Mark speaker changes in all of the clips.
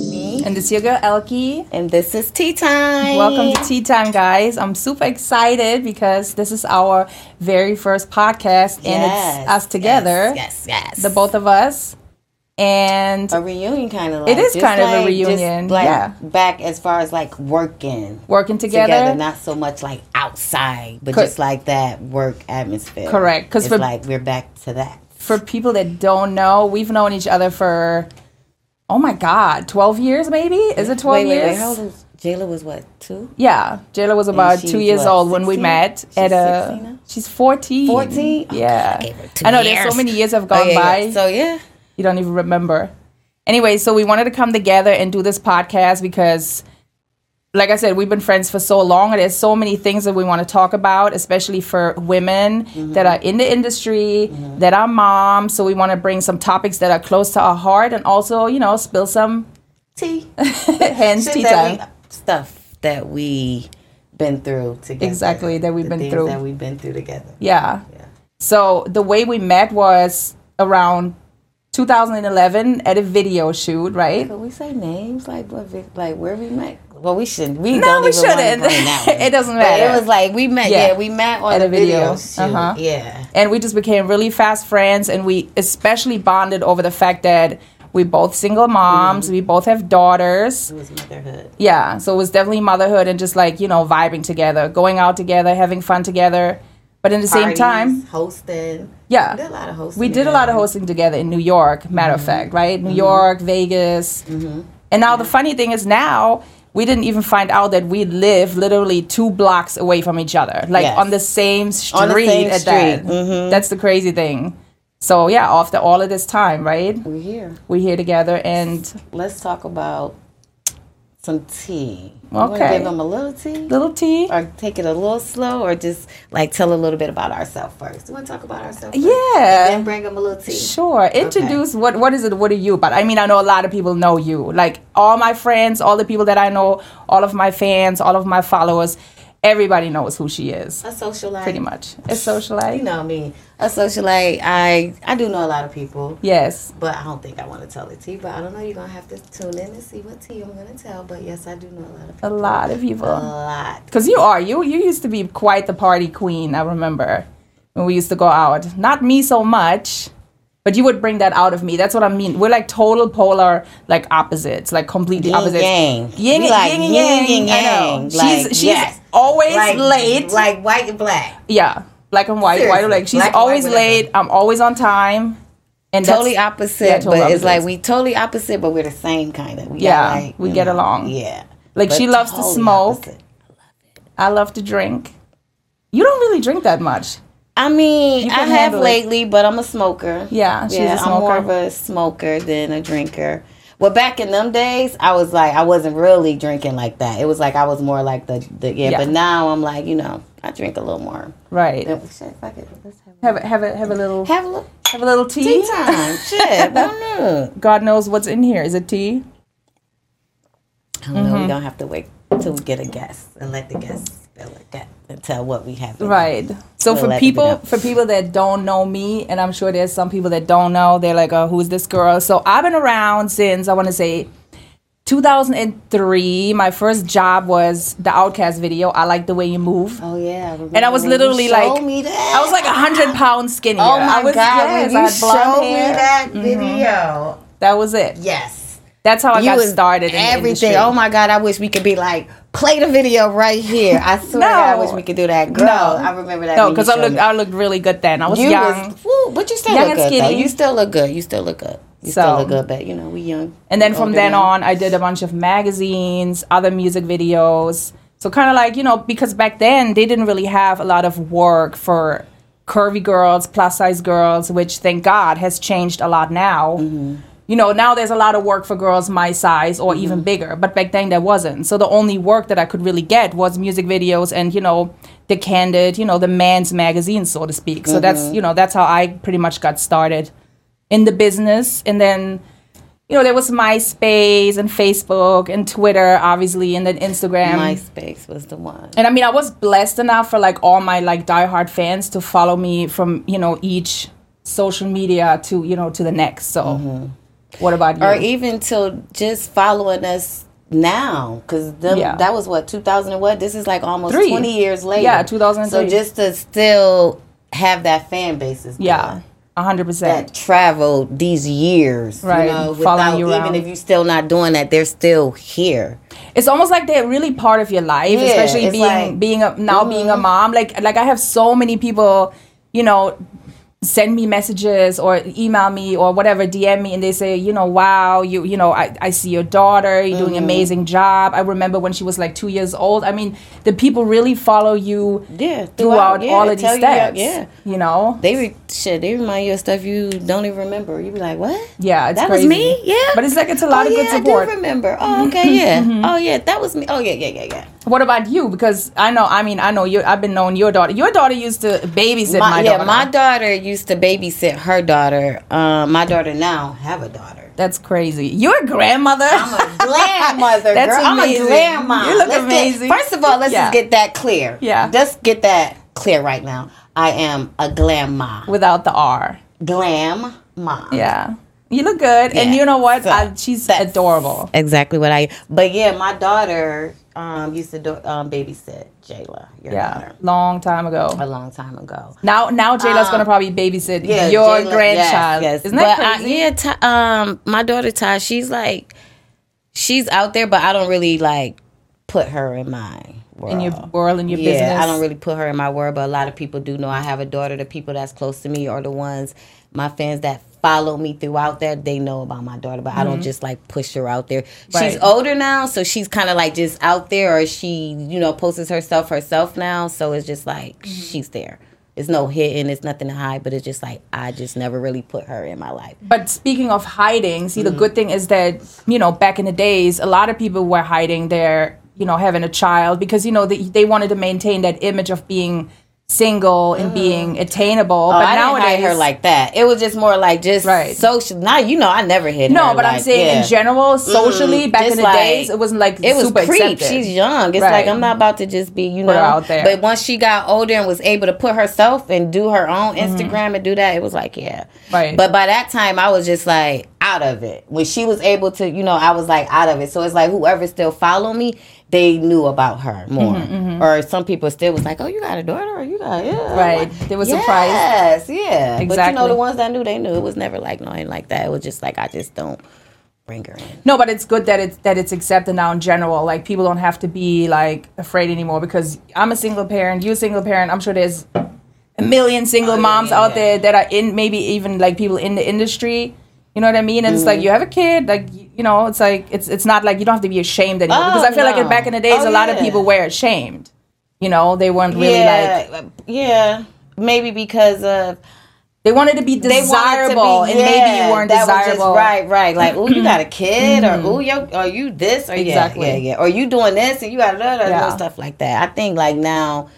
Speaker 1: It's your girl Elkie.
Speaker 2: And this is tea time.
Speaker 1: Welcome to Tea Time, guys. I'm super excited because this is our very first podcast, and
Speaker 2: Yes,
Speaker 1: it's us together,
Speaker 2: Yes, yes. yes.
Speaker 1: the both of us. And
Speaker 2: a reunion kind of.
Speaker 1: It
Speaker 2: Like,
Speaker 1: is
Speaker 2: just
Speaker 1: kind of a
Speaker 2: like- just
Speaker 1: reunion,
Speaker 2: like
Speaker 1: yeah.
Speaker 2: Back as far as like working
Speaker 1: working
Speaker 2: together,
Speaker 1: together.
Speaker 2: not so much like outside, but
Speaker 1: Cor-
Speaker 2: just like that work atmosphere.
Speaker 1: Correct, 'cause
Speaker 2: It's
Speaker 1: for-
Speaker 2: like we're back to that.
Speaker 1: for people that don't know, we've known each other for oh my god, twelve years maybe? Is it twelve
Speaker 2: wait, wait,
Speaker 1: years?
Speaker 2: wait. How old was Jayla? Was what two?
Speaker 1: Yeah, Jayla was about
Speaker 2: she's
Speaker 1: two years
Speaker 2: what,
Speaker 1: old when we
Speaker 2: 16?
Speaker 1: met
Speaker 2: She's
Speaker 1: at a.
Speaker 2: 16 now?
Speaker 1: She's fourteen.
Speaker 2: 14? Oh,
Speaker 1: yeah,
Speaker 2: God, I gave her two
Speaker 1: I know. There's
Speaker 2: years.
Speaker 1: so many years have gone
Speaker 2: Oh, yeah, yeah.
Speaker 1: by.
Speaker 2: So yeah.
Speaker 1: you don't even remember. Anyway, so we wanted to come together and do this podcast because, like I said, we've been friends for so long, and there's so many things that we want to talk about, especially for women that are in the industry, that are moms. So we want to bring some topics that are close to our heart, and also, you know, spill some
Speaker 2: Tea.
Speaker 1: hands tea
Speaker 2: Shit that
Speaker 1: time.
Speaker 2: we- Stuff that we been through together.
Speaker 1: Exactly, that we've
Speaker 2: The
Speaker 1: been
Speaker 2: things
Speaker 1: through.
Speaker 2: That we've been through together.
Speaker 1: Yeah.
Speaker 2: Yeah.
Speaker 1: So the way we met was around 2011 at a video shoot, right?
Speaker 2: Could we say names like what? Vic- Like where we met? Well, we shouldn't. We
Speaker 1: No,
Speaker 2: don't
Speaker 1: we
Speaker 2: even wanna
Speaker 1: shouldn't.
Speaker 2: bring that one.
Speaker 1: It doesn't
Speaker 2: But
Speaker 1: matter.
Speaker 2: it was like we met.
Speaker 1: Yeah.
Speaker 2: Yeah, we met on
Speaker 1: At
Speaker 2: the
Speaker 1: a video.
Speaker 2: video. shoot.
Speaker 1: Uh-huh.
Speaker 2: Yeah.
Speaker 1: and we just became really fast friends and we especially bonded over the fact that we both single moms we both have daughters
Speaker 2: It was motherhood.
Speaker 1: yeah so it was definitely motherhood and just like you know vibing together going out together having fun together but in the same
Speaker 2: Parties,
Speaker 1: time
Speaker 2: hosting.
Speaker 1: Yeah.
Speaker 2: we did a lot of hosting.
Speaker 1: we did a lot of
Speaker 2: together. Mm-hmm.
Speaker 1: hosting together in new york matter of fact right new york vegas and now the funny thing is now we didn't even find out that we live literally two blocks away from each other like
Speaker 2: Yes.
Speaker 1: on the same street
Speaker 2: On the same
Speaker 1: at that
Speaker 2: street. Mm-hmm.
Speaker 1: that's the crazy thing so yeah after all of this time right
Speaker 2: We're here.
Speaker 1: we're here together and
Speaker 2: Let's talk about some tea. You wanna
Speaker 1: Okay.
Speaker 2: Give them a little tea.
Speaker 1: little tea
Speaker 2: or take it a little slow, or just like tell a little bit about ourselves first. We want to talk about ourselves. first?
Speaker 1: Yeah.
Speaker 2: And then bring them a little tea.
Speaker 1: Sure. Introduce what what is it? What are you about? I mean, I know a lot of people know you. Like all my friends, all the people that I know, all of my fans, all of my followers, everybody knows who she is.
Speaker 2: A socialite.
Speaker 1: Pretty much. A
Speaker 2: You
Speaker 1: socialite.
Speaker 2: know me. A socialite. I I do know a lot of people,
Speaker 1: Yes.
Speaker 2: but I don't think I want to tell the tea. But I don't know. You're gonna have to tune in and see what tea I'm gonna tell. But yes, I do know a lot of
Speaker 1: A
Speaker 2: people.
Speaker 1: lot of
Speaker 2: A
Speaker 1: people.
Speaker 2: lot.
Speaker 1: Cause you are. You you used to be quite the party queen, I remember. When we used to go out. Not me so much. But you would bring that out of me. That's what I mean. We're like total polar, like opposites, like completely opposites.
Speaker 2: yang.
Speaker 1: Yin,
Speaker 2: We
Speaker 1: and-
Speaker 2: like
Speaker 1: yin and
Speaker 2: yin
Speaker 1: yang.
Speaker 2: and
Speaker 1: I know.
Speaker 2: yang. Like,
Speaker 1: she's she's
Speaker 2: yes.
Speaker 1: always late.
Speaker 2: Like white and black.
Speaker 1: yeah, black and white. White
Speaker 2: Seriously,
Speaker 1: like she's
Speaker 2: black and white,
Speaker 1: always
Speaker 2: whatever.
Speaker 1: late. I'm always on time. And that's-
Speaker 2: Totally opposite,
Speaker 1: Yeah, total
Speaker 2: but it's
Speaker 1: opposites.
Speaker 2: like we totally opposite, but we're the same kind of. We got,
Speaker 1: Yeah,
Speaker 2: like,
Speaker 1: we
Speaker 2: you
Speaker 1: get along.
Speaker 2: Yeah,
Speaker 1: Like, she
Speaker 2: But
Speaker 1: loves to
Speaker 2: totally
Speaker 1: smoke.
Speaker 2: opposite.
Speaker 1: I love to drink. You don't really drink that much.
Speaker 2: I mean,
Speaker 1: You
Speaker 2: I
Speaker 1: can
Speaker 2: have
Speaker 1: handle it.
Speaker 2: lately, but I'm a smoker.
Speaker 1: Yeah, she's a
Speaker 2: I'm
Speaker 1: smoker.
Speaker 2: more of a smoker than a drinker. Well, back in them days, I was like, I wasn't really drinking like that. It was like I was more like the, the yeah,
Speaker 1: Yeah.
Speaker 2: But now I'm like, you know, I drink a little more.
Speaker 1: Right.
Speaker 2: Then- Shit, fuck it. Let's
Speaker 1: Have
Speaker 2: have,
Speaker 1: a, have a have a little
Speaker 2: a- have a little
Speaker 1: have a little tea.
Speaker 2: tea time. Shit, but I don't know.
Speaker 1: God knows what's in here. Is it tea?
Speaker 2: I don't know. We don't have to wait till we get a guest and let the guests spill it that and tell what we have. in
Speaker 1: Right. So
Speaker 2: We'll
Speaker 1: for
Speaker 2: let
Speaker 1: people
Speaker 2: them know.
Speaker 1: for people that don't know me, and I'm sure there's some people that don't know, they're like, "Oh, who's this girl?" So I've been around since I want to say 2003. My first job was the Outcast video. I like the way you move.
Speaker 2: Oh yeah, I remember
Speaker 1: And I was
Speaker 2: when you
Speaker 1: literally
Speaker 2: showed
Speaker 1: like-
Speaker 2: me that.
Speaker 1: I was like 100 pounds skinnier.
Speaker 2: oh my
Speaker 1: I was,
Speaker 2: god,
Speaker 1: yes,
Speaker 2: when
Speaker 1: I
Speaker 2: you
Speaker 1: had blonde
Speaker 2: showed
Speaker 1: hair.
Speaker 2: me that video.
Speaker 1: That was it.
Speaker 2: Yes.
Speaker 1: That's how I
Speaker 2: you
Speaker 1: got
Speaker 2: was
Speaker 1: started. In the
Speaker 2: everything.
Speaker 1: industry.
Speaker 2: oh my God, I wish we could be like, play the video right here. I swear to God, I wish we could do that. Girl, I remember that.
Speaker 1: No,
Speaker 2: when you
Speaker 1: because I
Speaker 2: showed
Speaker 1: looked
Speaker 2: me.
Speaker 1: I looked really good then. I was
Speaker 2: you
Speaker 1: young.
Speaker 2: was, woo, but you still
Speaker 1: Young
Speaker 2: look
Speaker 1: and
Speaker 2: good. though.
Speaker 1: skinny.
Speaker 2: You still look good. You still look good. You
Speaker 1: So-
Speaker 2: still look good, but you know we young.
Speaker 1: And then from
Speaker 2: Older
Speaker 1: then
Speaker 2: now.
Speaker 1: on, I did a bunch of magazines, other music videos. So kind of like, you know, because back then they didn't really have a lot of work for curvy girls, plus size girls, which thank God has changed a lot now. You know, now there's a lot of work for girls my size or even bigger, but back then there wasn't. So the only work that I could really get was music videos and, you know, the candid, you know, the man's magazine, so to speak. So that's, you know, that's how I pretty much got started in the business. And then you know, there was MySpace and Facebook and Twitter, obviously, and then Instagram.
Speaker 2: MySpace was the one.
Speaker 1: And I mean, I was blessed enough for like all my like diehard fans to follow me from you know each social media to you know to the next. So, what about you?
Speaker 2: or even to just following us now because
Speaker 1: Yeah.
Speaker 2: that was what 2000 and what this is like almost
Speaker 1: Three.
Speaker 2: 20 years later
Speaker 1: Yeah, 2003.
Speaker 2: so just to still have that fan base is
Speaker 1: Yeah, hundred
Speaker 2: that
Speaker 1: percent.
Speaker 2: traveled these years
Speaker 1: Right,
Speaker 2: you know without
Speaker 1: following you around.
Speaker 2: even if you're still not doing that they're still here
Speaker 1: It's almost like they're really part of your life,
Speaker 2: Yeah,
Speaker 1: especially
Speaker 2: it's
Speaker 1: being
Speaker 2: like- mm-hmm.
Speaker 1: being a, now being a mom. Like like I have so many people, you know, send me messages or email me or whatever, DM me, and they say, you know, wow, you you know, I, I see your daughter, you're doing an
Speaker 2: Mm-hmm.
Speaker 1: amazing job. I remember when she was like two years old. I mean, the people really follow you
Speaker 2: yeah
Speaker 1: throughout
Speaker 2: yeah,
Speaker 1: all of these
Speaker 2: tell you that-
Speaker 1: steps.
Speaker 2: yeah
Speaker 1: you know.
Speaker 2: they re- shit they remind you of stuff you don't even remember you be like what
Speaker 1: Yeah, it's
Speaker 2: that
Speaker 1: crazy.
Speaker 2: was me yeah
Speaker 1: But it's like it's a lot
Speaker 2: oh,
Speaker 1: of
Speaker 2: yeah,
Speaker 1: good support. Mm-hmm.
Speaker 2: I do remember oh okay yeah oh yeah that was me oh yeah yeah yeah yeah
Speaker 1: What about you? Because I know, I mean, I know you. I've been knowing your daughter. Your daughter used to babysit my,
Speaker 2: my, yeah,
Speaker 1: daughter.
Speaker 2: my daughter used to babysit her daughter. Um, my daughter now have a daughter.
Speaker 1: That's crazy. You're a grandmother.
Speaker 2: I'm a grandmother,
Speaker 1: That's
Speaker 2: girl.
Speaker 1: amazing.
Speaker 2: I'm a grandma.
Speaker 1: You look
Speaker 2: Let's get-
Speaker 1: amazing.
Speaker 2: first of all, let's
Speaker 1: Yeah.
Speaker 2: just get that clear.
Speaker 1: Yeah.
Speaker 2: Just get that clear right now. I am a grandma.
Speaker 1: Without the R.
Speaker 2: Glam mom.
Speaker 1: Yeah. You look good, and
Speaker 2: Yeah.
Speaker 1: you know what?
Speaker 2: So,
Speaker 1: I, she's
Speaker 2: that's-
Speaker 1: adorable.
Speaker 2: Exactly what I. But yeah, my daughter um, used to do, um, babysit Jayla, your
Speaker 1: Yeah,
Speaker 2: daughter,
Speaker 1: long time ago.
Speaker 2: a long time ago.
Speaker 1: Now, now Jayla's gonna probably babysit
Speaker 2: Um, yeah,
Speaker 1: your
Speaker 2: Jayla- yes,
Speaker 1: grandchild.
Speaker 2: yes.
Speaker 1: Isn't that
Speaker 2: But I-
Speaker 1: crazy?
Speaker 2: yeah, Ty, um, my daughter Ty, she's like, she's out there, but I don't really like put her in my world.
Speaker 1: in your world, in your
Speaker 2: yeah,
Speaker 1: business.
Speaker 2: I don't really put her in my world, but a lot of people do know I have a daughter. The people that's close to me are the ones my fans that follow me throughout that they know about my daughter but i don't just like push her out there
Speaker 1: Mm-hmm. Right.
Speaker 2: she's older now so she's kind of like just out there or she you know posts herself herself now so it's just like
Speaker 1: Mm-hmm.
Speaker 2: she's there it's no hidden it's nothing to hide but it's just like i just never really put her in my life
Speaker 1: But speaking of hiding, see,
Speaker 2: Mm.
Speaker 1: the good thing is that, you know, back in the days, a lot of people were hiding their, you know, having a child because, you know, they, they wanted to maintain that image of being single and being attainable.
Speaker 2: but
Speaker 1: but
Speaker 2: Mm. Oh, I
Speaker 1: nowadays,
Speaker 2: didn't hide her like that. It was just more like just
Speaker 1: Right.
Speaker 2: social. Now you know I never hid her.
Speaker 1: no, but I'm
Speaker 2: like,
Speaker 1: saying
Speaker 2: yeah.
Speaker 1: in general, socially, back in
Speaker 2: Just
Speaker 1: the
Speaker 2: like-
Speaker 1: days, it wasn't like
Speaker 2: it was
Speaker 1: super
Speaker 2: creep.
Speaker 1: accepted.
Speaker 2: She's young. It's
Speaker 1: Right.
Speaker 2: like I'm not about to just be, you know,
Speaker 1: her out there.
Speaker 2: But once she got older and was able to put herself and do her own Instagram and do that, it was like, yeah.
Speaker 1: Mm-hmm. Right.
Speaker 2: But by that time, I was just like out of it. When she was able to, you know, I was like out of it. So it's like whoever still follow me, they knew about her
Speaker 1: Mm-hmm,
Speaker 2: more. Or some people still was like, oh, you got a daughter, or you got yeah,
Speaker 1: Right. They were surprised.
Speaker 2: Yes, yeah. But you know,
Speaker 1: Exactly.
Speaker 2: the ones that knew, they knew. It was never like no, I ain't like that. It was just like I just don't bring her in.
Speaker 1: No, but it's good that it's that it's accepted now in general. Like people don't have to be like afraid anymore because I'm a single parent, you a single parent. I'm sure there's a million single
Speaker 2: Oh, yeah,
Speaker 1: moms
Speaker 2: yeah,
Speaker 1: out
Speaker 2: yeah.
Speaker 1: there that are in maybe even like people in the industry. You know what I mean? And
Speaker 2: Mm.
Speaker 1: it's like you have a kid, like y- you know, it's like it's it's not like you don't have to be ashamed anymore. because
Speaker 2: Oh,
Speaker 1: I feel like
Speaker 2: no.
Speaker 1: back in the days, a
Speaker 2: Oh,
Speaker 1: lot of
Speaker 2: yeah.
Speaker 1: people were ashamed. You know, they weren't really like
Speaker 2: like yeah maybe because of
Speaker 1: they wanted to be
Speaker 2: they wanted to be-
Speaker 1: desirable, and maybe
Speaker 2: yeah,
Speaker 1: you weren't
Speaker 2: that was just
Speaker 1: desirable. Mm-hmm.
Speaker 2: right right like oh you got a kid or oh yo are you this or yeah,
Speaker 1: Exactly.
Speaker 2: yeah yeah or you doing this and you got da, da, da,
Speaker 1: Yeah.
Speaker 2: stuff like that I think like now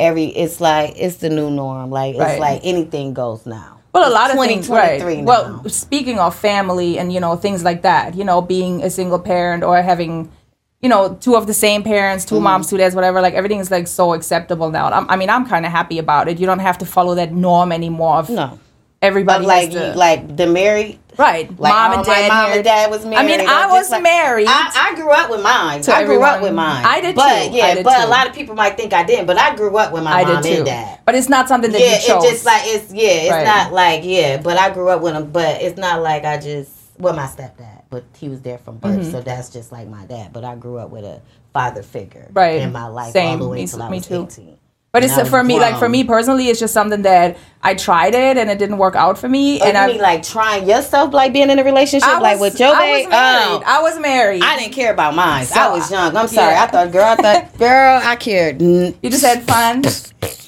Speaker 2: every it's like it's the new norm like it's
Speaker 1: Right.
Speaker 2: like anything goes now
Speaker 1: Well, a lot of things, right?
Speaker 2: 2023 now.
Speaker 1: Well, speaking of family and you know things like that, you know, being a single parent or having, you know, two of the same parents,
Speaker 2: Mm-hmm.
Speaker 1: 2 moms, two dads, whatever. Like everything is like so acceptable now. I'm, I mean, I'm kind of happy about it. You don't have to follow that norm anymore. Of
Speaker 2: no
Speaker 1: everybody
Speaker 2: but like
Speaker 1: has to-
Speaker 2: you- like the married
Speaker 1: right,
Speaker 2: like
Speaker 1: mom
Speaker 2: all
Speaker 1: and
Speaker 2: my
Speaker 1: dad.
Speaker 2: mom
Speaker 1: here.
Speaker 2: and dad was married.
Speaker 1: I mean,
Speaker 2: or
Speaker 1: I
Speaker 2: just
Speaker 1: was
Speaker 2: like-
Speaker 1: married.
Speaker 2: I, I grew up with mine. I grew
Speaker 1: everyone.
Speaker 2: up with mine.
Speaker 1: I did
Speaker 2: but,
Speaker 1: too.
Speaker 2: Yeah,
Speaker 1: I did
Speaker 2: but
Speaker 1: too.
Speaker 2: a lot of people might think I didn't. But I grew up with my
Speaker 1: I
Speaker 2: mom
Speaker 1: did too,
Speaker 2: and dad.
Speaker 1: but it's not something that
Speaker 2: Yeah,
Speaker 1: you
Speaker 2: it
Speaker 1: chose.
Speaker 2: just like it's yeah, it's
Speaker 1: Right.
Speaker 2: not like yeah. But I grew up with him. But it's not like I just well, my stepdad, but he was there from birth,
Speaker 1: Mm-hmm.
Speaker 2: so that's just like my dad. But I grew up with a father figure
Speaker 1: Right.
Speaker 2: in my life
Speaker 1: Same.
Speaker 2: all the way
Speaker 1: Me-
Speaker 2: until I
Speaker 1: me
Speaker 2: was
Speaker 1: too.
Speaker 2: eighteen.
Speaker 1: but
Speaker 2: And
Speaker 1: it's
Speaker 2: I was
Speaker 1: for me, like for
Speaker 2: grown.
Speaker 1: me personally, it's just something that I tried it and it didn't work out for me.
Speaker 2: Oh,
Speaker 1: and
Speaker 2: you
Speaker 1: I,
Speaker 2: mean like trying yourself, like being in a relationship,
Speaker 1: I
Speaker 2: like
Speaker 1: was-
Speaker 2: with your
Speaker 1: I
Speaker 2: babe?
Speaker 1: was married.
Speaker 2: Oh.
Speaker 1: I was married.
Speaker 2: I didn't care about mine.
Speaker 1: So-
Speaker 2: I was young. I'm sorry.
Speaker 1: Yeah.
Speaker 2: I thought, girl, I thought, girl, I cared. N-
Speaker 1: You just had fun.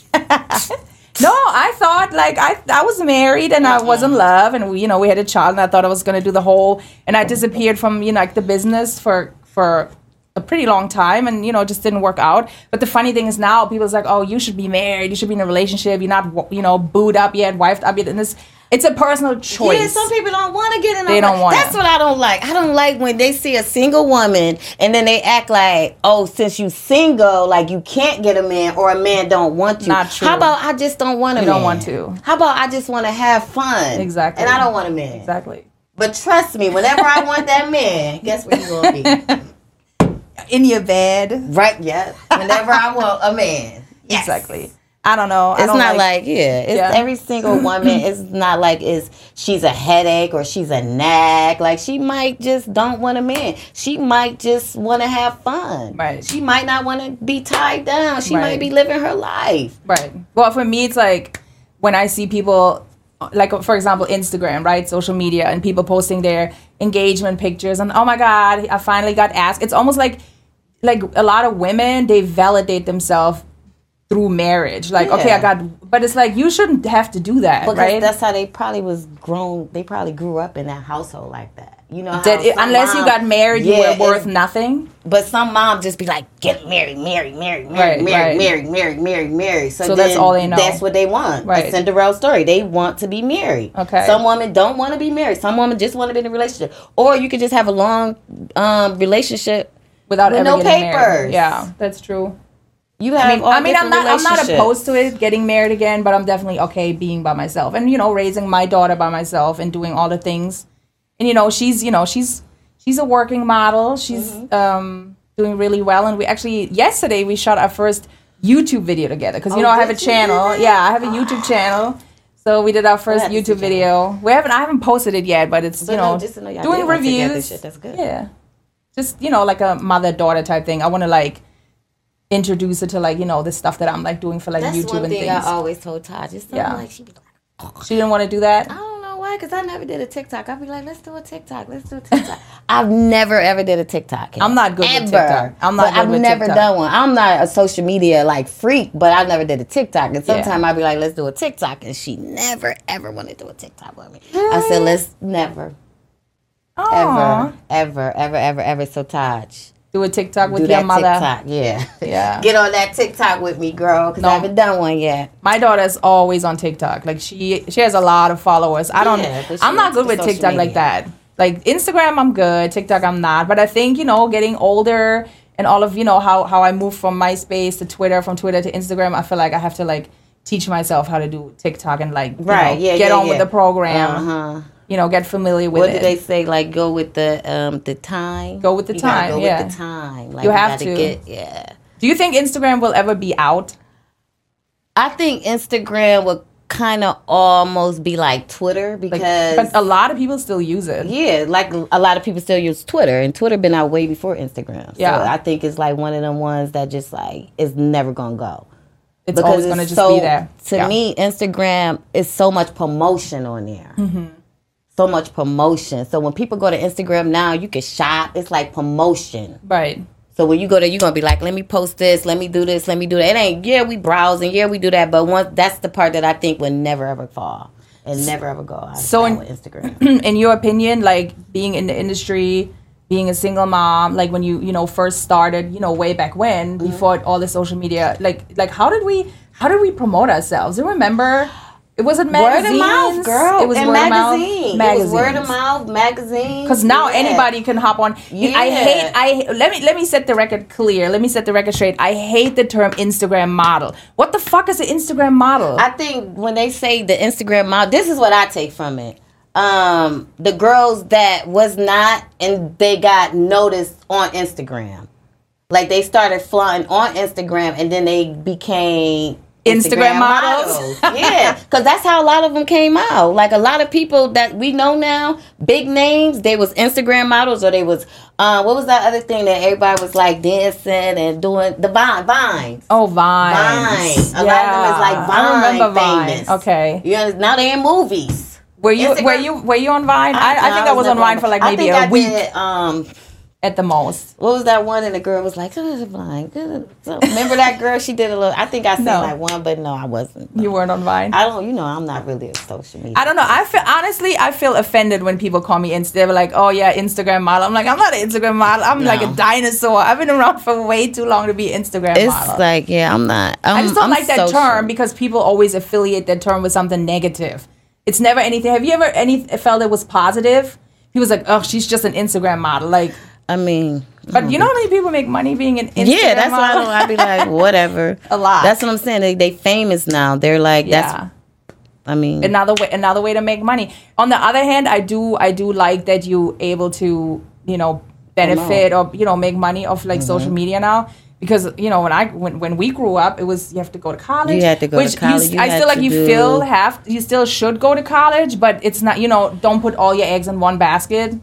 Speaker 1: no, I thought like I I was married and I was in
Speaker 2: Mm-hmm.
Speaker 1: love and we, you know we had a child and I thought I was gonna do the whole and I disappeared from you know like the business for for a pretty long time and you know it just didn't work out. But the funny thing is now people's like oh you should be married you should be in a relationship you're not wo- you know booed up yet wifed up yet and this it's a personal choice.
Speaker 2: Yeah, some people don't want to get in.
Speaker 1: They
Speaker 2: I'm
Speaker 1: don't
Speaker 2: like,
Speaker 1: wanna.
Speaker 2: That's what I don't like. I don't like when they see a single woman and then they act like, oh, since you single, like you can't get a man or a man don't want you.
Speaker 1: Not true.
Speaker 2: How about I just don't want a
Speaker 1: You
Speaker 2: man?
Speaker 1: don't want to.
Speaker 2: How about I just want to have fun?
Speaker 1: Exactly.
Speaker 2: And I don't want a man.
Speaker 1: exactly.
Speaker 2: But trust me, whenever I want that man, guess where you gonna be?
Speaker 1: in your bed.
Speaker 2: Right? Yeah. Whenever I want a man. Yes.
Speaker 1: Exactly. I don't know. I
Speaker 2: It's
Speaker 1: don't
Speaker 2: not like, yeah. It's
Speaker 1: Yeah.
Speaker 2: every single woman. It's not like is she's a headache or she's a nag. Like she might just don't want a man. She might just want to have fun.
Speaker 1: Right.
Speaker 2: She might not want to be tied down. She
Speaker 1: Right.
Speaker 2: might be living her life.
Speaker 1: Right. Well, for me, it's like when I see people, like for example, Instagram, right, social media, and people posting their engagement pictures, and oh my god, I finally got asked. It's almost like, like a lot of women, they validate themselves through marriage. Like, okay,
Speaker 2: Yeah.
Speaker 1: I got, but it's like you shouldn't have to do that,
Speaker 2: Because
Speaker 1: right?
Speaker 2: that's how they probably was grown. They probably grew up in that household like that. You know, how
Speaker 1: That it-
Speaker 2: some
Speaker 1: unless you
Speaker 2: mom-
Speaker 1: got married,
Speaker 2: Yeah,
Speaker 1: you were worth
Speaker 2: it's-
Speaker 1: nothing.
Speaker 2: But some mom just be like, get married, married, married, married,
Speaker 1: Right, right.
Speaker 2: married, married, married, married, married. So,
Speaker 1: So
Speaker 2: then
Speaker 1: that's all they know.
Speaker 2: That's what they want.
Speaker 1: Right.
Speaker 2: A Cinderella story. They want to be married.
Speaker 1: Okay.
Speaker 2: Some women don't want to be married. Some women just want to be in a relationship. Or you could just have a long um, relationship.
Speaker 1: Without
Speaker 2: With
Speaker 1: ever
Speaker 2: no
Speaker 1: getting married.
Speaker 2: papers.
Speaker 1: Yeah, that's true.
Speaker 2: You have.
Speaker 1: I mean,
Speaker 2: all
Speaker 1: I mean I'm
Speaker 2: different
Speaker 1: not I'm not
Speaker 2: relationships.
Speaker 1: opposed to it getting married again, but I'm definitely okay being by myself and you know raising my daughter by myself and doing all the things. And you know she's you know she's she's a working model. She's
Speaker 2: Mm-hmm.
Speaker 1: um, doing really well, and we actually yesterday we shot our first YouTube video together because you
Speaker 2: Oh,
Speaker 1: know I have a
Speaker 2: did you do
Speaker 1: channel.
Speaker 2: that?
Speaker 1: Yeah, I have a YouTube channel. So we did our first
Speaker 2: have to see
Speaker 1: YouTube
Speaker 2: that.
Speaker 1: video. We haven't I haven't posted it yet, but it's
Speaker 2: So
Speaker 1: you
Speaker 2: no,
Speaker 1: know
Speaker 2: just to know y'all
Speaker 1: doing
Speaker 2: did work together,
Speaker 1: reviews.
Speaker 2: shit, that's good.
Speaker 1: Yeah, just you know like a mother daughter type thing. I want to like introduce her to like you know the stuff that I'm like doing for like
Speaker 2: That's
Speaker 1: YouTube
Speaker 2: one
Speaker 1: and
Speaker 2: thing
Speaker 1: things.
Speaker 2: I uh, always told Todd. Just something
Speaker 1: Yeah.
Speaker 2: like she be like.
Speaker 1: she didn't want to do that.
Speaker 2: I don't know why, because I never did a TikTok. I'd be like, let's do a TikTok. Let's do a TikTok. I've never ever did a TikTok.
Speaker 1: I'm not good with
Speaker 2: ever.
Speaker 1: TikTok. I'm not
Speaker 2: But
Speaker 1: good
Speaker 2: I've
Speaker 1: with
Speaker 2: never
Speaker 1: TikTok.
Speaker 2: done one. I'm not a social media like freak, but I never did a TikTok. And sometimes I'd be like, let's do a TikTok. And she never ever wanted to do a TikTok with me. I said, let's never, ever,
Speaker 1: Aw.
Speaker 2: ever, ever, ever, ever. So Taj.
Speaker 1: Do a TikTok with
Speaker 2: Do
Speaker 1: your
Speaker 2: that
Speaker 1: mother.
Speaker 2: TikTok, yeah,
Speaker 1: Yeah.
Speaker 2: Get on that TikTok with me, girl, because
Speaker 1: No.
Speaker 2: I haven't done one yet.
Speaker 1: My daughter's always on TikTok. Like she she has a lot of followers. I don't
Speaker 2: Yeah, but she
Speaker 1: I'm not
Speaker 2: into
Speaker 1: good
Speaker 2: the
Speaker 1: with
Speaker 2: social
Speaker 1: TikTok like
Speaker 2: media.
Speaker 1: that. Like Instagram I'm good, TikTok I'm not. But I think, you know, getting older and all of, you know, how how I moved from MySpace to Twitter, from Twitter to Instagram, I feel like I have to like teach myself how to do TikTok and like you
Speaker 2: Right,
Speaker 1: know,
Speaker 2: yeah,
Speaker 1: get
Speaker 2: yeah,
Speaker 1: on
Speaker 2: yeah.
Speaker 1: with the program.
Speaker 2: Uh huh.
Speaker 1: You know, get familiar with
Speaker 2: What
Speaker 1: it.
Speaker 2: do they say? Like go with the um the time.
Speaker 1: Go with the
Speaker 2: You gotta
Speaker 1: time,
Speaker 2: Go
Speaker 1: yeah.
Speaker 2: with the time. Like
Speaker 1: You have
Speaker 2: gotta
Speaker 1: to.
Speaker 2: Get, yeah.
Speaker 1: do you think Instagram will ever be out?
Speaker 2: I think Instagram would kind of almost be like Twitter
Speaker 1: Like,
Speaker 2: because
Speaker 1: but a lot of people still use it.
Speaker 2: yeah, like a lot of people still use Twitter, and Twitter been out way before Instagram. So
Speaker 1: Yeah.
Speaker 2: I think it's like one of them ones that just like is never gonna go.
Speaker 1: It's always going to
Speaker 2: it's
Speaker 1: just
Speaker 2: so-
Speaker 1: be there.
Speaker 2: To
Speaker 1: Yeah.
Speaker 2: me, Instagram is so much promotion on there.
Speaker 1: Mm-hmm.
Speaker 2: So much promotion. So when people go to Instagram now, you can shop. It's like promotion.
Speaker 1: right.
Speaker 2: So when you go there, you're gonna be like, let me post this, let me do this, let me do that. It ain't yeah, we browse and yeah, we do that, but once that's the part that I think will never ever fall and never ever go out.
Speaker 1: So
Speaker 2: So
Speaker 1: in-
Speaker 2: with Instagram,
Speaker 1: in your opinion, like being in the industry, being a single mom, like when you you know first started, you know way back when,
Speaker 2: Mm-hmm.
Speaker 1: before all the social media, like like how did we how did we promote ourselves? You remember? It wasn't
Speaker 2: word
Speaker 1: magazines.
Speaker 2: of mouth, girl.
Speaker 1: It was
Speaker 2: and
Speaker 1: word
Speaker 2: magazine.
Speaker 1: of mouth.
Speaker 2: It was word of mouth magazine.
Speaker 1: Because now
Speaker 2: Yeah.
Speaker 1: anybody can hop on. I
Speaker 2: Yeah.
Speaker 1: hate. I let me let me set the record clear. Let me set the record straight. I hate the term Instagram model. What the fuck is an Instagram model?
Speaker 2: I think when they say the Instagram model, this is what I take from it. Um, the girls that was not and they got noticed on Instagram. Like they started flaunting on Instagram and then they became
Speaker 1: Instagram models.
Speaker 2: yeah, because that's how a lot of them came out. Like a lot of people that we know now, big names, they was Instagram models or they was uh, what was that other thing that everybody was like dancing and doing the vine vine.
Speaker 1: oh, Vine.
Speaker 2: Vine. A lot of them is like
Speaker 1: I remember
Speaker 2: Vine
Speaker 1: Vine.
Speaker 2: famous.
Speaker 1: Okay.
Speaker 2: Yeah, now they in movies.
Speaker 1: Were you
Speaker 2: Instagram-
Speaker 1: were you were you on Vine? I, I think I was on
Speaker 2: never
Speaker 1: Vine for like
Speaker 2: I
Speaker 1: maybe
Speaker 2: think
Speaker 1: a
Speaker 2: I
Speaker 1: week
Speaker 2: Did, um,
Speaker 1: at the most.
Speaker 2: what was that one? And the girl was like, "Good blind, good." So, remember that girl? She did a little. I think I said
Speaker 1: No.
Speaker 2: like one, but no, I wasn't.
Speaker 1: You weren't on Vine. I,
Speaker 2: I don't. You know, I'm not really a social media.
Speaker 1: don't know. I feel honestly, I feel offended when people call me Insta. They were like, "Oh yeah, Instagram model." I'm like, I'm not an Instagram model. I'm like a
Speaker 2: No.
Speaker 1: dinosaur. I've been around for way too long to be Instagram
Speaker 2: it's
Speaker 1: model.
Speaker 2: like, yeah, I'm not. I'm,
Speaker 1: I just don't
Speaker 2: Mm, I'm
Speaker 1: like that
Speaker 2: social.
Speaker 1: term because people always affiliate that term with something negative. It's never anything. Have you ever any felt it was positive? He was like, "Oh, she's just an Instagram model." Like,
Speaker 2: I mean,
Speaker 1: but you know how many people make money being an Instagram
Speaker 2: Oh, yeah, that's why I
Speaker 1: model?
Speaker 2: don't. I'd be like, whatever.
Speaker 1: A lot.
Speaker 2: That's what I'm saying. They they famous now. They're like,
Speaker 1: yeah.
Speaker 2: that's. I mean,
Speaker 1: another way another way to make money on the other hand i do i do like that you able to you know benefit or you know make money off like social
Speaker 2: Mm-hmm.
Speaker 1: media now because you know when I when, when we grew up it was you have to go to college
Speaker 2: You had to go to
Speaker 1: which
Speaker 2: college,
Speaker 1: you,
Speaker 2: you
Speaker 1: I
Speaker 2: had
Speaker 1: still like
Speaker 2: to
Speaker 1: you
Speaker 2: do-
Speaker 1: feel have you still should go to college but it's not you know don't put all your eggs in one basket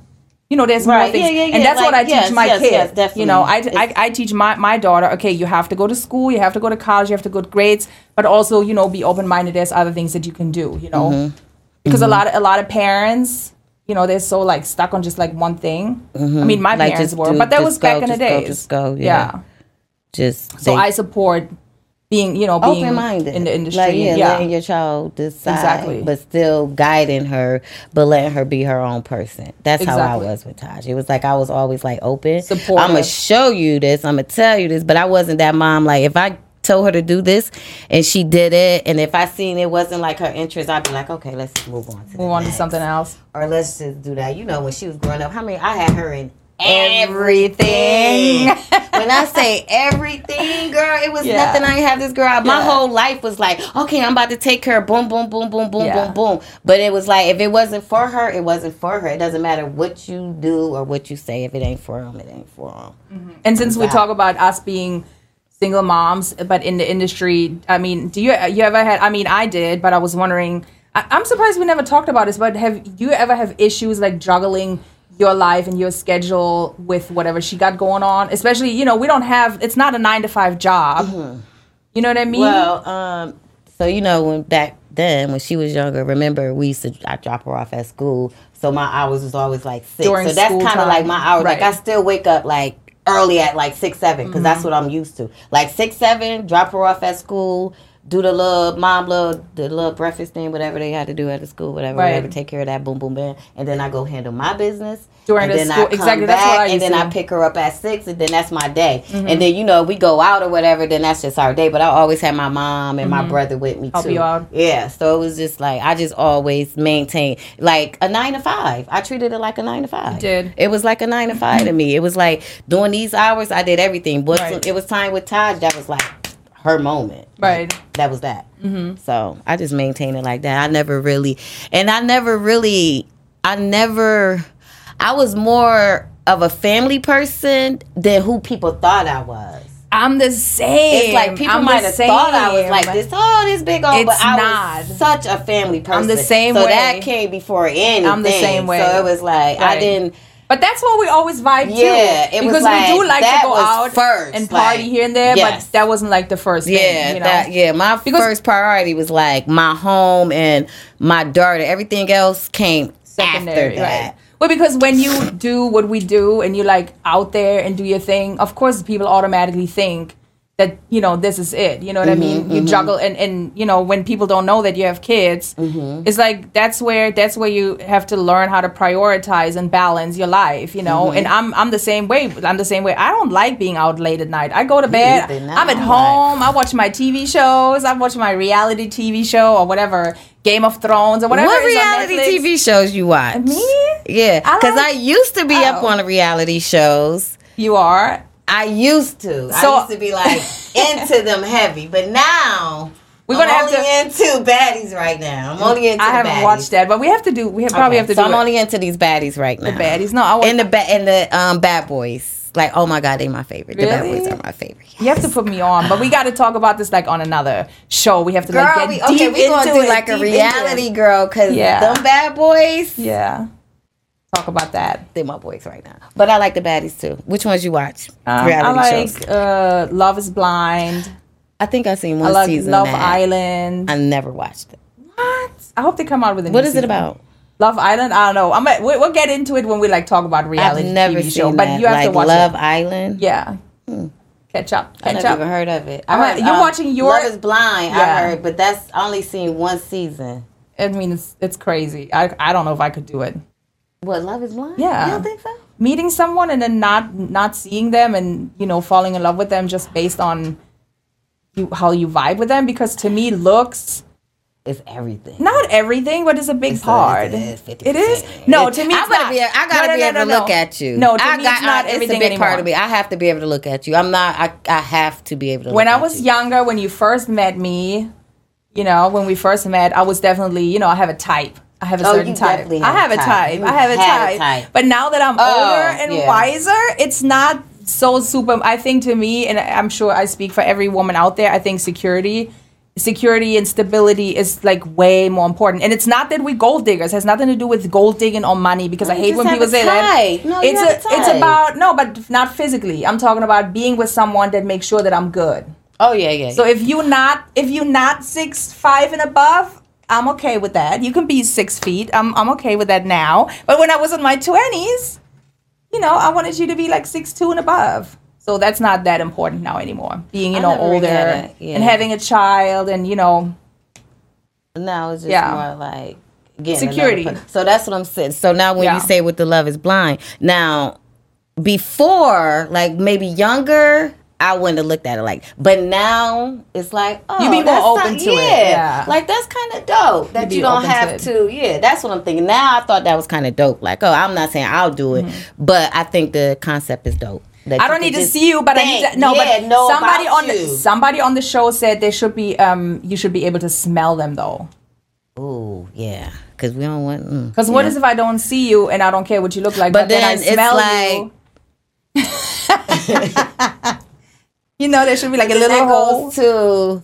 Speaker 1: you know there's more
Speaker 3: Right.
Speaker 1: things
Speaker 3: Yeah, yeah,
Speaker 1: and
Speaker 3: yeah.
Speaker 1: that's what I
Speaker 3: Like,
Speaker 1: teach
Speaker 3: yes,
Speaker 1: my
Speaker 3: yes,
Speaker 1: kids
Speaker 3: yes,
Speaker 1: you know I,
Speaker 3: definitely.
Speaker 1: I I teach my my daughter okay you have to go to school you have to go to college you have to go to grades but also you know be open minded there's other things that you can do you know
Speaker 2: Mm-hmm.
Speaker 1: because a lot of a lot of parents you know they're so like stuck on just like one thing i mean my
Speaker 2: Mm-hmm. Like,
Speaker 1: parents
Speaker 2: just
Speaker 1: were
Speaker 2: do-
Speaker 1: but that was
Speaker 2: just
Speaker 1: back
Speaker 2: go,
Speaker 1: in the
Speaker 2: just go,
Speaker 1: days
Speaker 2: just go, yeah. Just
Speaker 1: so
Speaker 2: they-
Speaker 1: i support being you know being
Speaker 2: open minded
Speaker 1: in the industry
Speaker 2: Like, yeah,
Speaker 1: yeah,
Speaker 2: letting your child decide,
Speaker 1: Exactly.
Speaker 2: but still guiding her, but letting her be her own person. That's how I
Speaker 1: Exactly.
Speaker 2: was with Taj. It was like I was always like open.
Speaker 1: Supportive.
Speaker 2: I'm gonna show you this. I'm gonna tell you this, but I wasn't that mom. Like if I told her to do this and she did it, and if I seen it wasn't like her interest, I'd be like, okay, let's move on. To the
Speaker 1: move on to
Speaker 2: next."
Speaker 1: something else
Speaker 2: or let's just do that. You know, when she was growing up, how many I had her in everything. when I say everything, girl, it was
Speaker 1: Yeah.
Speaker 2: nothing. I didn't have this girl. My
Speaker 1: Yeah.
Speaker 2: whole life was like, okay, I'm about to take her. Boom, boom, boom, boom, boom,
Speaker 1: Yeah.
Speaker 2: boom, boom. But it was like, if it wasn't for her, it wasn't for her. It doesn't matter what you do or what you say. If it ain't for him, it ain't for him.
Speaker 1: and since we talk about us being single moms but in the industry i mean do you you ever had i mean i did but i was wondering I, i'm surprised we never talked about this but have you ever have issues like juggling your life and your schedule with whatever she got going on especially you know we don't have it's not a nine to five job you know what i mean
Speaker 2: Well, um, so you know when back then when she was younger, remember we used to I drop her off at school, so my hours was always like six.
Speaker 1: During
Speaker 2: so that's
Speaker 1: school
Speaker 2: kind of
Speaker 1: time.
Speaker 2: like my hours. Like
Speaker 1: Right.
Speaker 2: I still wake up like early at like six seven because that's
Speaker 1: Mm-hmm.
Speaker 2: what I'm used to. Like six seven, drop her off at school. Do the little mom little the little breakfast thing, whatever they had to do at the school, whatever,
Speaker 1: Right.
Speaker 2: whatever. Take care of that, boom, boom, bam, and then I go handle my business.
Speaker 1: During
Speaker 2: and
Speaker 1: the
Speaker 2: then I
Speaker 1: school-
Speaker 2: come
Speaker 1: exactly, that's what
Speaker 2: back,
Speaker 1: I
Speaker 2: and
Speaker 1: used
Speaker 2: then
Speaker 1: to
Speaker 2: I
Speaker 1: do.
Speaker 2: pick her up at six, and then that's my day.
Speaker 1: Mm-hmm.
Speaker 2: And then you know we go out or whatever, then that's just our day. But I always had my mom and my brother with me
Speaker 1: Mm-hmm. Help
Speaker 2: too.
Speaker 1: you out.
Speaker 2: Yeah, so it was just like I just always maintained like a nine to five. I treated it like a nine to five.
Speaker 1: did.
Speaker 2: It was like a nine to five to me. It was like during these hours I did everything. But
Speaker 1: Right.
Speaker 2: it was time with Taj that was like her moment.
Speaker 1: Right.
Speaker 2: That was that. Mm-hmm. So I just maintained it like that. I never really, and I never really, I never, I was more of a family person than who people thought I was.
Speaker 1: I'm the same.
Speaker 2: It's like people
Speaker 1: I'm the
Speaker 2: might have thought I was
Speaker 1: same.
Speaker 2: like this, oh, this big old, but
Speaker 1: It's
Speaker 2: I was
Speaker 1: not.
Speaker 2: such a family person.
Speaker 1: I'm the same
Speaker 2: so
Speaker 1: way.
Speaker 2: that came before anything.
Speaker 1: I'm the same way.
Speaker 2: So it was like I
Speaker 1: Right.
Speaker 2: didn't.
Speaker 1: But that's what we always vibe to.
Speaker 2: Yeah, it was
Speaker 1: because
Speaker 2: like,
Speaker 1: we do like
Speaker 2: that
Speaker 1: to go
Speaker 2: was
Speaker 1: out
Speaker 2: first,
Speaker 1: and party
Speaker 2: like,
Speaker 1: here and there,
Speaker 2: yes.
Speaker 1: but that wasn't like the first
Speaker 2: Yeah,
Speaker 1: thing. You know?
Speaker 2: that, yeah. My
Speaker 1: Because-
Speaker 2: first priority was like my home and my daughter. Everything else came after that.
Speaker 1: right? Well, because when you do what we do and you like out there and do your thing, of course people automatically think that you know this is it. You know what
Speaker 2: Mm-hmm,
Speaker 1: I mean? You juggle and and you know when people don't know that you have kids,
Speaker 2: Mm-hmm.
Speaker 1: it's like that's where that's where you have to learn how to prioritize and balance your life. You
Speaker 2: Mm-hmm.
Speaker 1: know, and I'm I'm the same way. I'm the same way. I don't like being out late at night. I go to bed.
Speaker 2: either not,
Speaker 1: I'm at
Speaker 2: like-
Speaker 1: home. I watch my TV shows. I watch my reality TV show or whatever. Game of Thrones or whatever.
Speaker 2: What
Speaker 1: is on
Speaker 2: reality
Speaker 1: Netflix.
Speaker 2: TV shows you watch?
Speaker 1: Me?
Speaker 2: Yeah,
Speaker 1: I
Speaker 2: because
Speaker 1: like-
Speaker 2: I used to be up
Speaker 1: Oh.
Speaker 2: on the reality shows.
Speaker 1: You are.
Speaker 2: I used to.
Speaker 1: So-
Speaker 2: I used to be like into them heavy, but now
Speaker 1: We're
Speaker 2: we're
Speaker 1: gonna
Speaker 2: gonna
Speaker 1: have
Speaker 2: only into baddies right now. I'm only into.
Speaker 1: I
Speaker 2: the
Speaker 1: haven't
Speaker 2: baddies.
Speaker 1: watched that, but we have to do. We have, probably have
Speaker 2: Okay,
Speaker 1: to
Speaker 2: so
Speaker 1: do
Speaker 2: I'm
Speaker 1: it.
Speaker 2: only into these baddies right now.
Speaker 1: baddies. No, I want.
Speaker 2: and the ba- and the um bad boys. Like oh my god, they my favorite. The bad
Speaker 1: Really?
Speaker 2: boys are my favorite.
Speaker 1: you have to put me on, but we got to talk about this like on another show. We have to
Speaker 2: Girl,
Speaker 1: like get
Speaker 2: we,
Speaker 1: deep
Speaker 2: okay, we
Speaker 1: into
Speaker 2: gonna do
Speaker 1: it,
Speaker 2: like a
Speaker 1: deep into
Speaker 2: reality
Speaker 1: it.
Speaker 2: girl because
Speaker 1: Yeah.
Speaker 2: them bad boys.
Speaker 1: Yeah, talk about that.
Speaker 2: They're my boys right now, but I like the baddies too. Which ones you watch?
Speaker 1: Um, I
Speaker 2: reality shows.
Speaker 1: like uh, Love Is Blind.
Speaker 2: I think I seen
Speaker 1: I
Speaker 2: one
Speaker 1: like
Speaker 2: season.
Speaker 1: Love
Speaker 2: that
Speaker 1: Island.
Speaker 2: I never watched it.
Speaker 1: what? I hope they come out with a new
Speaker 2: What is it
Speaker 1: season.
Speaker 2: about?
Speaker 1: Love Island. I don't know. I'm. At, we, we'll get into it when we like talk about reality
Speaker 2: I've never
Speaker 1: TV
Speaker 2: seen
Speaker 1: show.
Speaker 2: that.
Speaker 1: But you have
Speaker 2: like,
Speaker 1: to watch
Speaker 2: Love
Speaker 1: it.
Speaker 2: Island.
Speaker 1: Yeah. Catch up.
Speaker 2: I
Speaker 1: Catch
Speaker 2: never even
Speaker 1: up.
Speaker 2: heard of it.
Speaker 1: I'm
Speaker 2: I
Speaker 1: like, you're watching your-
Speaker 2: Love is Blind.
Speaker 1: Yeah.
Speaker 2: I heard, but that's I only seen one season.
Speaker 1: I mean, it's it's crazy. I I don't know if I could do it.
Speaker 2: What Love is Blind?
Speaker 1: Yeah.
Speaker 2: you don't think so?
Speaker 1: meeting someone and then not not seeing them and you know falling in love with them just based on you, how you vibe with them because to me looks
Speaker 2: It's everything.
Speaker 1: not everything but it's a big part
Speaker 2: it's- it's
Speaker 1: it is
Speaker 2: 50%.
Speaker 1: no
Speaker 2: It's-
Speaker 1: to me
Speaker 2: I
Speaker 1: it's
Speaker 2: gotta
Speaker 1: not.
Speaker 2: be. I
Speaker 1: No,
Speaker 2: gotta
Speaker 1: no,
Speaker 2: be
Speaker 1: no,
Speaker 2: able
Speaker 1: no,
Speaker 2: to
Speaker 1: no.
Speaker 2: look at you.
Speaker 1: no to
Speaker 2: I
Speaker 1: me
Speaker 2: got-
Speaker 1: it's not
Speaker 2: I-
Speaker 1: everything
Speaker 2: It's a big
Speaker 1: anymore.
Speaker 2: part of me. I have to be able to look at you. I'm not. I, I have to be able to.
Speaker 1: when
Speaker 2: look
Speaker 1: I
Speaker 2: at
Speaker 1: was
Speaker 2: you.
Speaker 1: younger, when you first met me, you know, when we first met, I was definitely, you know, I have a type. I have a
Speaker 2: Oh,
Speaker 1: certain
Speaker 2: you
Speaker 1: type.
Speaker 2: definitely
Speaker 1: I have a type.
Speaker 2: You
Speaker 1: I have a
Speaker 2: had
Speaker 1: type. But now that I'm
Speaker 2: Oh,
Speaker 1: older and
Speaker 2: yeah.
Speaker 1: wiser, it's not so super. I think to me, and I'm sure I speak for every woman out there. I think security, security and stability is like way more important. And it's not that we gold diggers. It has nothing to do with gold digging or money because I
Speaker 2: you
Speaker 1: hate
Speaker 2: just
Speaker 1: when
Speaker 2: have
Speaker 1: people
Speaker 2: a
Speaker 1: say that.
Speaker 2: type. No, you
Speaker 1: it's
Speaker 2: have a
Speaker 1: it's
Speaker 2: type.
Speaker 1: about no, but not physically. I'm talking about being with someone that makes sure that I'm good.
Speaker 2: Oh yeah, yeah.
Speaker 1: So if you not if you not six five and above, I'm okay with that. You can be six feet. I'm I'm okay with that now. But when I was in my twenties, you know, I wanted you to be like six two and above. So that's not that important now anymore. Being you
Speaker 2: I
Speaker 1: know
Speaker 2: never really
Speaker 1: older
Speaker 2: had that, yeah.
Speaker 1: and having a child and you know
Speaker 2: No, it's just
Speaker 1: Yeah.
Speaker 2: more like getting
Speaker 1: Security.
Speaker 2: another per- So that's what I'm saying. So now when
Speaker 1: Yeah.
Speaker 2: you say with the love is blind, now before like maybe younger. I wouldn't have looked at it like, but now it's like, oh,
Speaker 1: You be more
Speaker 2: that's
Speaker 1: open
Speaker 2: not-
Speaker 1: to it, yeah.
Speaker 2: like that's kind of dope that
Speaker 1: be
Speaker 2: you, don't
Speaker 1: open to
Speaker 2: have
Speaker 1: it.
Speaker 2: to, yeah. That's what I'm thinking. Now I thought that was kind of dope. Like, oh, I'm not saying I'll do it, but I think the concept is dope. that
Speaker 1: Mm-hmm. I don't
Speaker 2: you could
Speaker 1: need to
Speaker 2: just
Speaker 1: see you, but I need
Speaker 2: think,
Speaker 1: to no.
Speaker 2: yeah,
Speaker 1: but
Speaker 2: know
Speaker 1: somebody
Speaker 2: about
Speaker 1: on
Speaker 2: you.
Speaker 1: the somebody on the show said they should be um you should be able to smell them though.
Speaker 2: Ooh, yeah, because we don't want. mm.
Speaker 1: Because what is if I don't see you and I don't care what you look like, but,
Speaker 2: But
Speaker 1: then, I
Speaker 2: then it's
Speaker 1: smell
Speaker 2: like-
Speaker 1: you. you know, there should be like a little
Speaker 2: that
Speaker 1: hole.
Speaker 2: goes to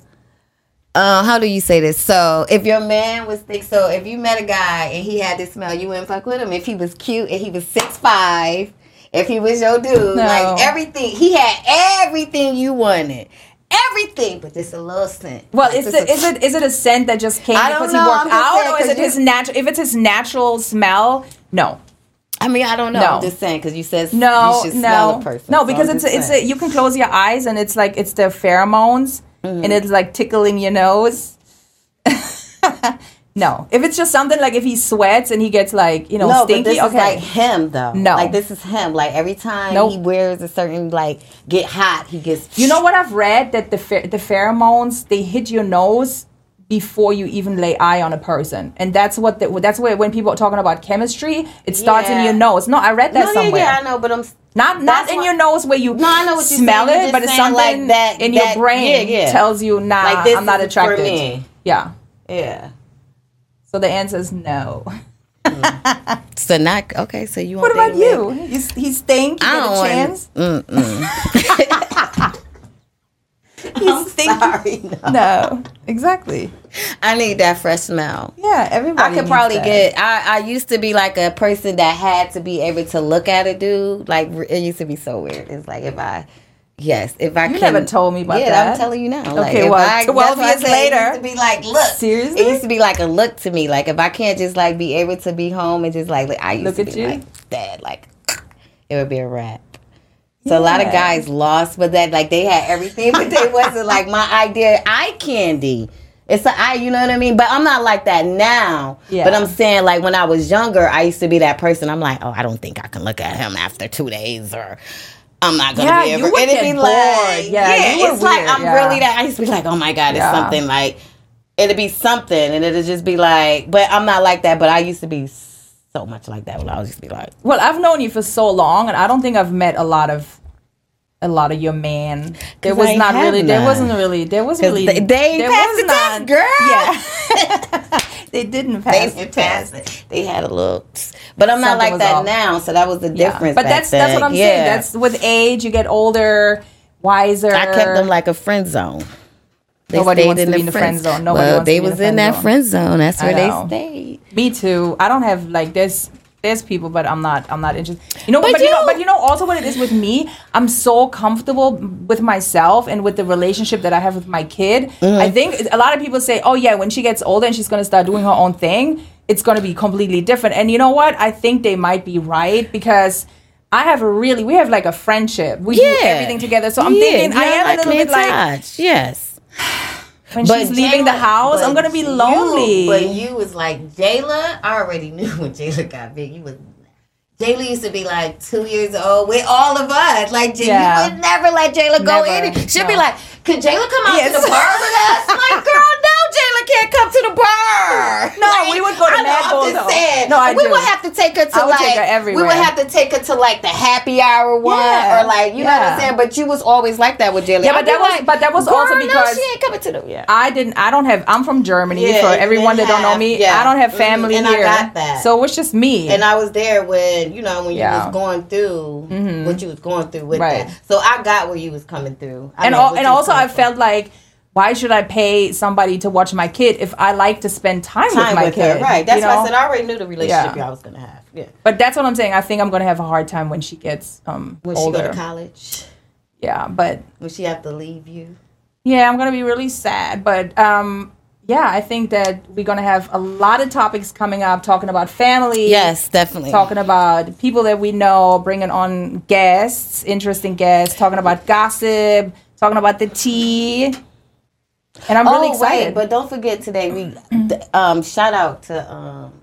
Speaker 2: uh, how do you say this? So if your man was thick, so if you met a guy and he had this smell, you wouldn't fuck with him. If he was cute and he was six five, if he was your dude,
Speaker 1: No.
Speaker 2: like everything, he had everything you wanted, everything, but just a little scent.
Speaker 1: Well,
Speaker 2: Like,
Speaker 1: is
Speaker 2: just
Speaker 1: it
Speaker 2: a-
Speaker 1: is it is it a scent that just came
Speaker 2: I don't
Speaker 1: because he
Speaker 2: know,
Speaker 1: worked
Speaker 2: I'm just
Speaker 1: out, or
Speaker 2: saying,
Speaker 1: is
Speaker 2: 'cause
Speaker 1: it
Speaker 2: you-
Speaker 1: his natural? If it's his natural smell, no,
Speaker 2: I mean, I don't know.
Speaker 1: No.
Speaker 2: I'm just saying because you said
Speaker 1: no,
Speaker 2: you should
Speaker 1: no,
Speaker 2: smell a person.
Speaker 1: no,
Speaker 2: So
Speaker 1: because
Speaker 2: I'm
Speaker 1: it's
Speaker 2: just
Speaker 1: it's a,
Speaker 2: saying.
Speaker 1: you can close your eyes and it's like it's the pheromones
Speaker 2: Mm-hmm.
Speaker 1: and it's like tickling your nose. no, if it's just something like if he sweats and he gets like you know
Speaker 2: no,
Speaker 1: stinky,
Speaker 2: but this
Speaker 1: okay.
Speaker 2: is like him though.
Speaker 1: No.
Speaker 2: like this is him. Like every time
Speaker 1: Nope.
Speaker 2: he wears a certain like get hot, he gets.
Speaker 1: You know what I've read that the pher- the pheromones they hit your nose before you even lay eye on a person, and that's what the, that's where when people are talking about chemistry, it starts in
Speaker 2: Yeah.
Speaker 1: your nose. No, I read that
Speaker 2: No, yeah,
Speaker 1: somewhere.
Speaker 2: yeah, I know, but I'm
Speaker 1: Not not
Speaker 2: That's
Speaker 1: in
Speaker 2: why-
Speaker 1: your nose where you
Speaker 2: No, I know what you're
Speaker 1: smell
Speaker 2: saying. You're
Speaker 1: it,
Speaker 2: just
Speaker 1: but it's
Speaker 2: saying,
Speaker 1: something
Speaker 2: like, that-
Speaker 1: in your
Speaker 2: that-
Speaker 1: brain
Speaker 2: yeah, yeah.
Speaker 1: tells you nah,
Speaker 2: Like, this
Speaker 1: I'm not
Speaker 2: is for
Speaker 1: attracted.
Speaker 2: me.
Speaker 1: Yeah.
Speaker 2: yeah.
Speaker 1: So the answer is no.
Speaker 2: So not okay. So you
Speaker 1: What about you? You s- He stink. You
Speaker 2: I
Speaker 1: get a
Speaker 2: don't want-
Speaker 1: chance.
Speaker 2: I'm
Speaker 1: thinking-
Speaker 2: sorry. No.
Speaker 1: No, exactly.
Speaker 2: I need that fresh smell.
Speaker 1: Yeah, everybody.
Speaker 2: I could
Speaker 1: needs
Speaker 2: probably
Speaker 1: that.
Speaker 2: get. I I used to be like a person that had to be able to look at a dude. Like re- it used to be so weird. It's like if I. Yes, if I
Speaker 1: You
Speaker 2: can,
Speaker 1: never told me about
Speaker 2: yeah,
Speaker 1: that.
Speaker 2: I'm telling you now.
Speaker 1: Okay, well,
Speaker 2: I- that's
Speaker 1: 12
Speaker 2: why I
Speaker 1: years
Speaker 2: said it
Speaker 1: later.
Speaker 2: used to be like look.
Speaker 1: Seriously?
Speaker 2: it used to be like a look to me. Like if I can't just like be able to be home and just like I used
Speaker 1: Look
Speaker 2: to
Speaker 1: at
Speaker 2: be
Speaker 1: you.
Speaker 2: like that. Like it would be a wrap. So a lot of
Speaker 1: Yeah.
Speaker 2: guys lost, but that like they had everything, but they wasn't like my idea eye candy. It's an eye, you know what I mean? But I'm not like that now.
Speaker 1: Yeah.
Speaker 2: But I'm saying like when I was younger, I used to be that person. I'm like, oh, I don't think I can look at him after two days, or I'm not gonna
Speaker 1: Yeah,
Speaker 2: be
Speaker 1: you
Speaker 2: able.
Speaker 1: would
Speaker 2: It'd
Speaker 1: get
Speaker 2: be
Speaker 1: bored.
Speaker 2: like,
Speaker 1: Yeah,
Speaker 2: yeah,
Speaker 1: you were
Speaker 2: it's like
Speaker 1: weird,
Speaker 2: I'm
Speaker 1: yeah.
Speaker 2: really that. I used to be like, oh my god, it's
Speaker 1: Yeah.
Speaker 2: something like it'd be something, and it'd just be like, but I'm not like that. But I used to be so much like that when I was just be like,
Speaker 1: Well, I've known you for so long, and I don't think I've met a lot of a lot of your man. There
Speaker 2: 'Cause
Speaker 1: was
Speaker 2: I
Speaker 1: not
Speaker 2: have
Speaker 1: really. There
Speaker 2: none.
Speaker 1: wasn't really. There was
Speaker 2: 'Cause
Speaker 1: really.
Speaker 2: they- they
Speaker 1: there
Speaker 2: passed the test, girl.
Speaker 1: Yeah, they didn't pass
Speaker 2: they
Speaker 1: the test.
Speaker 2: They had a little, but I'm
Speaker 1: Something
Speaker 2: not like
Speaker 1: was
Speaker 2: that
Speaker 1: off.
Speaker 2: now. So that was the
Speaker 1: Yeah.
Speaker 2: difference.
Speaker 1: But
Speaker 2: back
Speaker 1: that's that's what
Speaker 2: then.
Speaker 1: I'm
Speaker 2: Yeah.
Speaker 1: saying. That's with age, you get older, wiser.
Speaker 2: I kept them like a friend zone. They
Speaker 1: Nobody
Speaker 2: stayed
Speaker 1: wants to be in the friend zone. Nobody
Speaker 2: well,
Speaker 1: wants to
Speaker 2: they
Speaker 1: be in
Speaker 2: was
Speaker 1: the
Speaker 2: in
Speaker 1: friend
Speaker 2: that
Speaker 1: zone.
Speaker 2: friend zone. That's where
Speaker 1: know.
Speaker 2: they stayed.
Speaker 1: Me too. I don't have like there's there's people, but I'm not I'm not interested. You know, but,
Speaker 2: But
Speaker 1: you, know,
Speaker 2: you-
Speaker 1: but you know also what it is with me. I'm so comfortable with myself and with the relationship that I have with my kid.
Speaker 2: Uh-huh.
Speaker 1: I think it's- a lot of people say, "Oh yeah, when she gets older and she's gonna start doing her own thing, it's gonna be completely different." And you know what? I think they might be right because. I have a really, we have like a friendship. We do
Speaker 2: Yeah.
Speaker 1: everything together. So I'm
Speaker 2: Yeah,
Speaker 1: thinking, I
Speaker 2: you're
Speaker 1: am
Speaker 2: like
Speaker 1: a little bit like,
Speaker 2: Mintaj. yes.
Speaker 1: when
Speaker 2: But
Speaker 1: she's leaving the
Speaker 2: Jayla-
Speaker 1: house, I'm
Speaker 2: but
Speaker 1: gonna be
Speaker 2: you-
Speaker 1: lonely.
Speaker 2: but you was like Jayla. I already knew when Jayla got big. You was Jayla used to be like two years old with all of us. Like Jay,
Speaker 1: Yeah.
Speaker 2: you would never let Jayla go
Speaker 1: Never.
Speaker 2: in. She'd be
Speaker 1: No.
Speaker 2: like, "Could Jayla come out
Speaker 1: Yes.
Speaker 2: to the bar with us?" Like, girl, no, Jayla can't come to the bar.
Speaker 1: No,
Speaker 2: Like,
Speaker 1: we would go to
Speaker 2: I know,
Speaker 1: Mad Bull,
Speaker 2: I'm just
Speaker 1: though.
Speaker 2: saying, that.
Speaker 1: No, I
Speaker 2: we
Speaker 1: do.
Speaker 2: would have to take her to
Speaker 1: I would
Speaker 2: like
Speaker 1: take her everywhere.
Speaker 2: we would have to take her to like the happy hour one
Speaker 1: Yeah.
Speaker 2: or like you know what
Speaker 1: Yeah.
Speaker 2: I'm saying. But you was always like that with Jilly.
Speaker 1: Yeah, but
Speaker 2: I'd
Speaker 1: that
Speaker 2: be
Speaker 1: was-
Speaker 2: like,
Speaker 1: but that was also
Speaker 2: "Girl,
Speaker 1: because-
Speaker 2: no, she ain't coming to the yeah.
Speaker 1: I didn't. I don't have. I'm from Germany.
Speaker 2: Yeah,
Speaker 1: for
Speaker 2: you
Speaker 1: everyone that
Speaker 2: didn't
Speaker 1: don't know
Speaker 2: have-
Speaker 1: me,
Speaker 2: yeah.
Speaker 1: I don't have
Speaker 2: Mhm,
Speaker 1: family
Speaker 2: and I
Speaker 1: here.
Speaker 2: got that.
Speaker 1: So it's just me.
Speaker 2: and I was there when you know when you
Speaker 1: Yeah. Mm-hmm.
Speaker 2: was going through what you was going through with
Speaker 1: Right.
Speaker 2: that. So I got where you was coming through. I
Speaker 1: and
Speaker 2: mean,
Speaker 1: al-
Speaker 2: what
Speaker 1: and
Speaker 2: you was
Speaker 1: also I
Speaker 2: coming from.
Speaker 1: felt like why should I pay somebody to watch my kid if I like to spend time, with
Speaker 2: time
Speaker 1: my
Speaker 2: with
Speaker 1: kid?
Speaker 2: her, right? That's
Speaker 1: you
Speaker 2: why
Speaker 1: know?
Speaker 2: I said I already knew the relationship
Speaker 1: Yeah.
Speaker 2: I was gonna have. Yeah,
Speaker 1: But that's what I'm saying. I think I'm gonna have a hard time when she gets um
Speaker 2: when she go
Speaker 1: older.
Speaker 2: to college,
Speaker 1: yeah, but
Speaker 2: when she have to leave you.
Speaker 1: yeah, I'm gonna be really sad. But um, yeah, I think that we're gonna have a lot of topics coming up talking about family.
Speaker 2: definitely.
Speaker 1: Talking about people that we know, bringing on guests, interesting guests, talking about gossip, talking about the tea. And I'm really
Speaker 2: oh
Speaker 1: excited.
Speaker 2: wait, but don't forget today we th- um shout out to um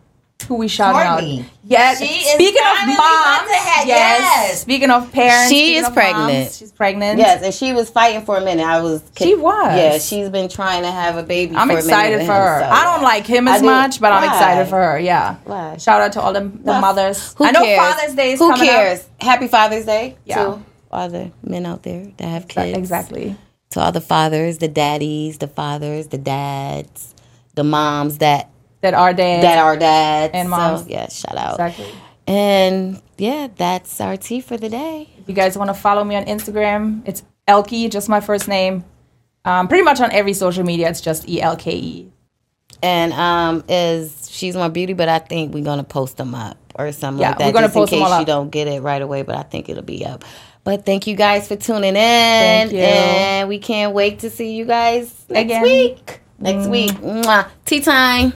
Speaker 1: who we Mm-hmm. shout out.
Speaker 2: Courtney.
Speaker 1: Yes.
Speaker 2: She is
Speaker 1: speaking of moms,
Speaker 2: finally about to have-
Speaker 1: yes.
Speaker 2: yes.
Speaker 1: Speaking of parents,
Speaker 2: She
Speaker 1: speaking
Speaker 2: is
Speaker 1: of moms,
Speaker 2: pregnant.
Speaker 1: she's pregnant.
Speaker 2: yes, and she was fighting for a minute. I was
Speaker 1: She was.
Speaker 2: yeah. She's been trying to have a baby.
Speaker 1: I'm
Speaker 2: for
Speaker 1: excited
Speaker 2: a minute with
Speaker 1: for
Speaker 2: him,
Speaker 1: her.
Speaker 2: so,
Speaker 1: I don't
Speaker 2: yeah.
Speaker 1: like him
Speaker 2: I
Speaker 1: as
Speaker 2: do-
Speaker 1: much, but I'm
Speaker 2: Why?
Speaker 1: excited for her. Yeah.
Speaker 2: Why?
Speaker 1: Shout out to all the, the
Speaker 2: Why?
Speaker 1: mothers.
Speaker 2: Who
Speaker 1: I know
Speaker 2: cares?
Speaker 1: Father's Day is
Speaker 2: Who
Speaker 1: coming
Speaker 2: cares? Happy Father's Day
Speaker 1: Yeah.
Speaker 2: to all the men out there that have
Speaker 1: up.
Speaker 2: kids.
Speaker 1: Exactly.
Speaker 2: To all the fathers, the daddies, the fathers, the dads, the moms that
Speaker 1: That are dads.
Speaker 2: that are dads
Speaker 1: And
Speaker 2: So,
Speaker 1: moms.
Speaker 2: yeah, shout out.
Speaker 1: Exactly.
Speaker 2: And yeah, that's our tea for the day.
Speaker 1: If you guys want to follow me on Instagram, it's Elke, just my first name. Um, pretty much on every social media, it's just E L K E.
Speaker 2: And um, is she's my beauty, but I think we're gonna post them up or something
Speaker 1: Yeah,
Speaker 2: like that.
Speaker 1: we're gonna
Speaker 2: just in
Speaker 1: post 'em
Speaker 2: case
Speaker 1: all
Speaker 2: you
Speaker 1: up.
Speaker 2: don't get it right away, but I think it'll be up. But thank you guys for tuning in,
Speaker 1: you.
Speaker 2: and we can't wait to see you guys next
Speaker 1: Again. Mm.
Speaker 2: week. Next week, Mwah. tea time.